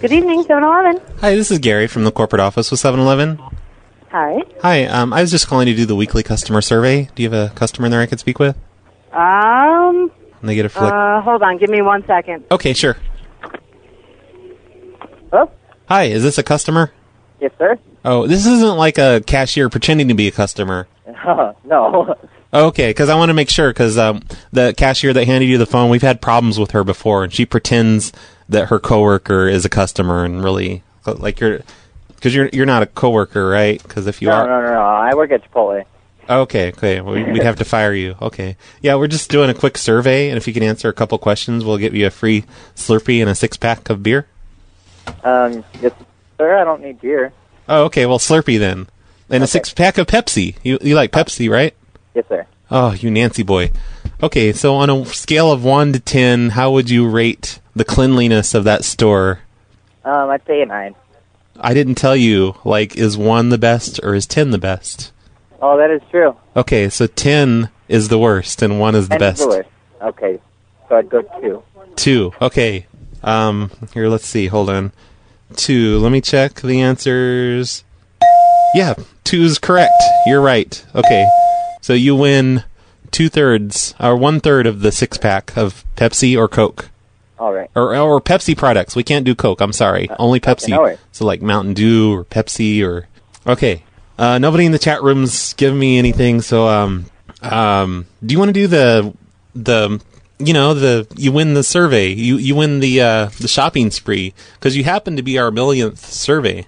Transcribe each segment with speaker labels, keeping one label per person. Speaker 1: Good evening, 7-Eleven.
Speaker 2: Hi, this is Gary from the corporate office with 7-Eleven.
Speaker 1: Hi.
Speaker 2: Hi, um, I was just calling to do the weekly customer survey. Do you have a customer in there I could speak with?
Speaker 1: Um,
Speaker 2: And they get a flick.
Speaker 1: uh, hold on. Give me one second.
Speaker 2: okay, sure.
Speaker 1: Oh,
Speaker 2: Hi, is this a customer?
Speaker 1: yes, sir.
Speaker 2: Oh, this isn't like a cashier pretending to be a customer.
Speaker 1: no.
Speaker 2: Okay, because I want to make sure because um, the cashier that handed you the phone, we've had problems with her before, and she pretends that her coworker is a customer, and really, like you're, because you're you're not a coworker, right? Because if you
Speaker 3: No,
Speaker 2: are,
Speaker 3: no, no, no. I work at Chipotle.
Speaker 2: Okay, okay. We- We'd have to fire you. Okay. Yeah, we're just doing a quick survey, and if you can answer a couple questions, we'll give you a free Slurpee and a six pack of beer.
Speaker 3: Um, yes, sir, I don't need beer.
Speaker 2: Oh, okay. Well, Slurpee then, and a six pack of Pepsi. You you like Pepsi, right?
Speaker 3: Yes, sir.
Speaker 2: Oh, you Nancy boy. Okay, so on a scale of one to ten, how would you rate the cleanliness of that store?
Speaker 3: Um, I'd say a nine.
Speaker 2: I didn't tell you. Like, is one the best or is ten the best?
Speaker 3: Oh, that is true.
Speaker 2: Okay, so ten is the worst and one is the
Speaker 3: And
Speaker 2: best.
Speaker 3: The worst. Okay, so I'd go two.
Speaker 2: Two. Okay. Um. Here, let's see. Hold on. Two. Let me check the answers. Yeah, two's correct. You're right. Okay. So you win two thirds or one third of the six pack of Pepsi or Coke
Speaker 3: All right.
Speaker 2: or or Pepsi products. We can't do Coke. I'm sorry. Only Pepsi.
Speaker 3: no worries.
Speaker 2: so like Mountain Dew or Pepsi or okay. Uh, nobody in the chat room's giving me anything. So um um, do you want to do the the you know the you win the survey you you win the uh, the shopping spree because you happen to be our millionth survey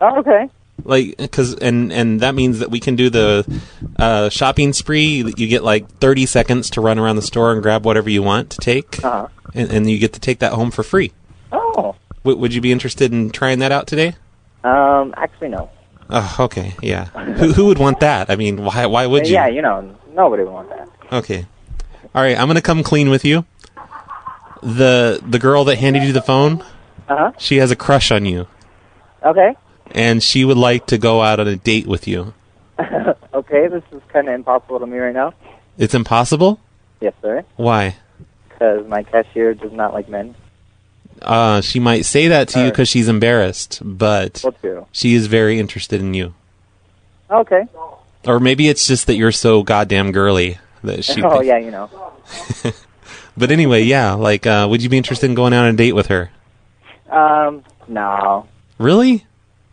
Speaker 3: Oh, okay.
Speaker 2: like because and and that means that we can do the uh, shopping spree that you get like 30 seconds to run around the store and grab whatever you want to take
Speaker 3: Uh-huh.
Speaker 2: and, and you get to take that home for free
Speaker 3: Oh.
Speaker 2: W- would you be interested in trying that out today
Speaker 3: Um, actually, no.
Speaker 2: oh okay yeah who, who would want that i mean why why would you
Speaker 3: Yeah, you know, nobody would want that.
Speaker 2: okay all right i'm gonna come clean with you the the girl that handed you the phone
Speaker 3: Uh-huh.
Speaker 2: she has a crush on you
Speaker 3: Okay.
Speaker 2: and she would like to go out on a date with you
Speaker 3: Okay, this is kind of impossible to me right now.
Speaker 2: it's impossible
Speaker 3: Yes, sir.
Speaker 2: why
Speaker 3: Because my cashier does not like men.
Speaker 2: Uh, she might say that
Speaker 3: Uh.
Speaker 2: to you because she's embarrassed, but
Speaker 3: Well, true.
Speaker 2: she is very interested in you.
Speaker 3: Okay.
Speaker 2: Or maybe it's just that you're so goddamn girly that she.
Speaker 3: Oh,
Speaker 2: thinks-
Speaker 3: yeah, you know.
Speaker 2: But anyway, yeah. Like, uh, would you be interested in going out on a date with her?
Speaker 3: Um, no.
Speaker 2: Really?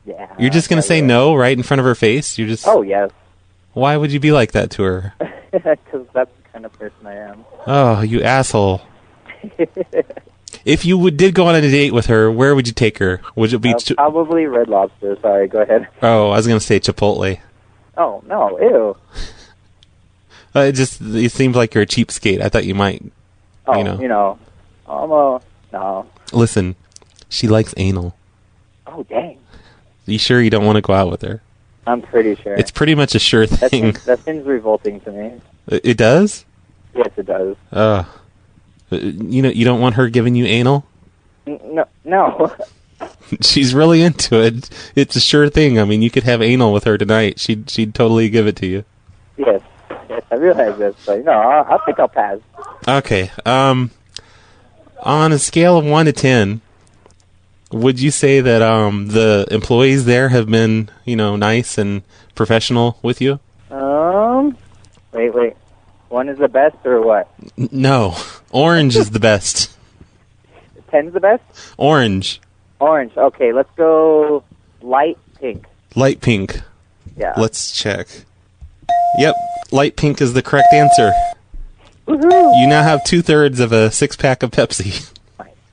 Speaker 3: Yeah.
Speaker 2: You're just gonna
Speaker 3: not
Speaker 2: say
Speaker 3: really.
Speaker 2: no right in front of her face? You're just.
Speaker 3: Oh, yes.
Speaker 2: Why would you be like that to her?
Speaker 3: Because that's the kind of person I am.
Speaker 2: Oh, you asshole. if you would, did go on a date with her, where would you take her? Would it be?
Speaker 3: Uh,
Speaker 2: Chi-
Speaker 3: probably Red Lobster. Sorry, go ahead.
Speaker 2: oh, I was gonna say Chipotle.
Speaker 3: Oh no, ew.
Speaker 2: Uh, it just it seems like you're a cheapskate. I thought you might
Speaker 3: Oh,
Speaker 2: You know.
Speaker 3: I'm a no.
Speaker 2: listen. She likes anal.
Speaker 3: Oh dang,
Speaker 2: You sure you don't want to go out with her?
Speaker 3: I'm pretty sure.
Speaker 2: It's pretty much a sure
Speaker 3: that
Speaker 2: thing.
Speaker 3: seems, that seems revolting to me.
Speaker 2: It it does.
Speaker 3: Yes, it does.
Speaker 2: Uh, you know, you don't want her giving you anal.
Speaker 3: N- No, no.
Speaker 2: She's really into it. It's a sure thing. I mean, you could have anal with her tonight. She'd she'd totally give it to you.
Speaker 3: yes, yes, I realize this, but no, I, I think I'll pass.
Speaker 2: Okay. Um, on a scale of one to ten, would you say that um the employees there have been you know nice and professional with you?
Speaker 3: Um, wait, wait. One is the best, or what?
Speaker 2: N- No. Orange is the best.
Speaker 3: Ten's the best.
Speaker 2: Orange,
Speaker 3: Orange. Okay, let's go light pink.
Speaker 2: light pink.
Speaker 3: Yeah.
Speaker 2: Let's check. Yep, light pink is the correct answer. You now have two thirds of a six pack of Pepsi.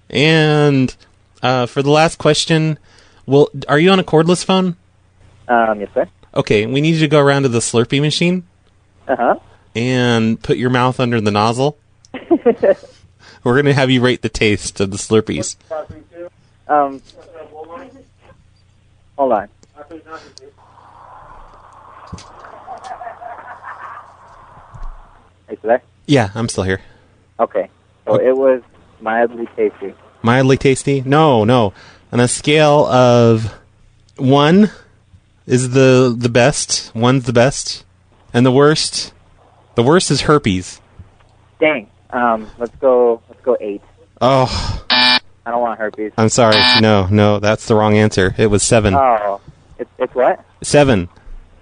Speaker 2: And uh, for the last question, well, are you on a cordless phone?
Speaker 3: Um, yes, sir.
Speaker 2: Okay, we need you to go around to the Slurpee machine
Speaker 3: Uh huh.
Speaker 2: and put your mouth under the nozzle. We're gonna have you rate the taste of the Slurpees.
Speaker 3: Um, hold on. Are you still there?
Speaker 2: Yeah, I'm still here.
Speaker 3: Okay. So it was mildly tasty.
Speaker 2: Mildly tasty? No, no. On a scale of one is the the best. One's the best, and the worst. The worst is herpes.
Speaker 3: Dang. Um, let's go. Let's go eight.
Speaker 2: Oh,
Speaker 3: I don't want herpes.
Speaker 2: I'm sorry. No, no, that's the wrong answer. It was seven.
Speaker 3: Oh, it's it's what?
Speaker 2: Seven.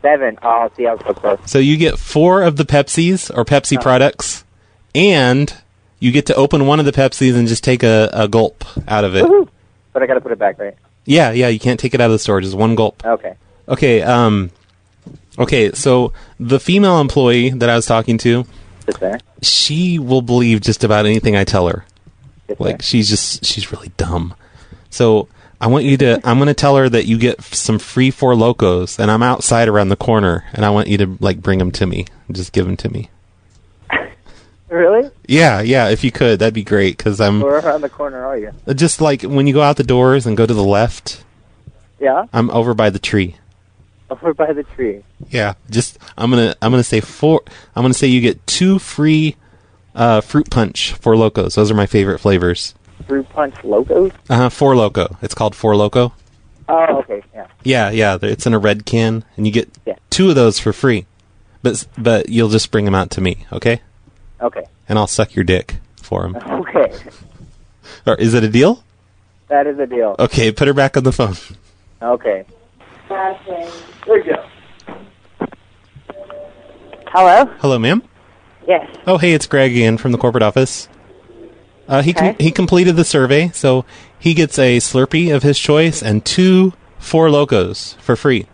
Speaker 3: Seven. Oh, see, I was so close.
Speaker 2: So you get four of the Pepsis or Pepsi products, and you get to open one of the Pepsis and just take a, a gulp out of it.
Speaker 3: But I gotta put it back, right?
Speaker 2: Yeah, yeah, you can't take it out of the store. Just one gulp.
Speaker 3: Okay.
Speaker 2: Okay. Um. Okay. So the female employee that I was talking to,
Speaker 3: Just there.
Speaker 2: she will believe just about anything I tell her.
Speaker 3: Just
Speaker 2: Like she's just she's really dumb. So I want you to I'm going to tell her that you get f- some free four locos and I'm outside around the corner and I want you to like bring them to me. Just give them to me.
Speaker 3: there. Really?
Speaker 2: Yeah, yeah, if you could that'd be great cuz I'm
Speaker 3: Where around the corner are you?
Speaker 2: just like when you go out the doors and go to the left,
Speaker 3: Yeah,
Speaker 2: I'm over by the tree.
Speaker 3: over by the tree.
Speaker 2: Yeah, just I'm going to I'm going to say four I'm going to say you get two free uh, fruit punch four locos. Those are my favorite flavors.
Speaker 3: Fruit punch logos.
Speaker 2: Uh, four loco. It's called four loco.
Speaker 3: Oh, okay. Yeah.
Speaker 2: Yeah, yeah. th- It's in a red can, and you get
Speaker 3: Yeah.
Speaker 2: two of those for free. But s- but you'll just bring them out to me, okay?
Speaker 3: Okay.
Speaker 2: And I'll suck your dick for
Speaker 3: Uh-huh.
Speaker 2: them.
Speaker 3: Okay.
Speaker 2: or is it a deal?
Speaker 3: That is a deal.
Speaker 2: Okay, put her back on the phone.
Speaker 3: Okay.
Speaker 1: Hello?
Speaker 2: Hello, ma'am.
Speaker 1: Yes.
Speaker 2: Oh, hey, it's Greg again from the corporate office. Uh, he com-
Speaker 1: Okay.
Speaker 2: he completed the survey, so he gets a Slurpee of his choice and two four locos for free.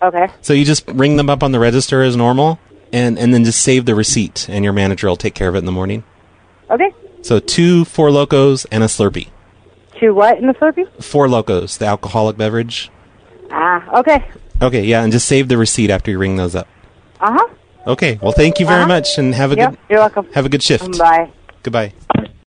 Speaker 1: Okay.
Speaker 2: So you just ring them up on the register as normal, and and then just save the receipt, and your manager will take care of it in the morning.
Speaker 1: Okay.
Speaker 2: So two four locos and a Slurpee.
Speaker 1: Two what in the Slurpee?
Speaker 2: Four Locos, the alcoholic beverage.
Speaker 1: Ah, okay.
Speaker 2: Okay, yeah, and just save the receipt after you ring those up.
Speaker 1: Uh huh.
Speaker 2: Okay, well, thank you very
Speaker 1: Uh-huh.
Speaker 2: much, and have a
Speaker 1: Yep.
Speaker 2: good
Speaker 1: You're welcome.
Speaker 2: have a good shift.
Speaker 1: Bye.
Speaker 2: Goodbye.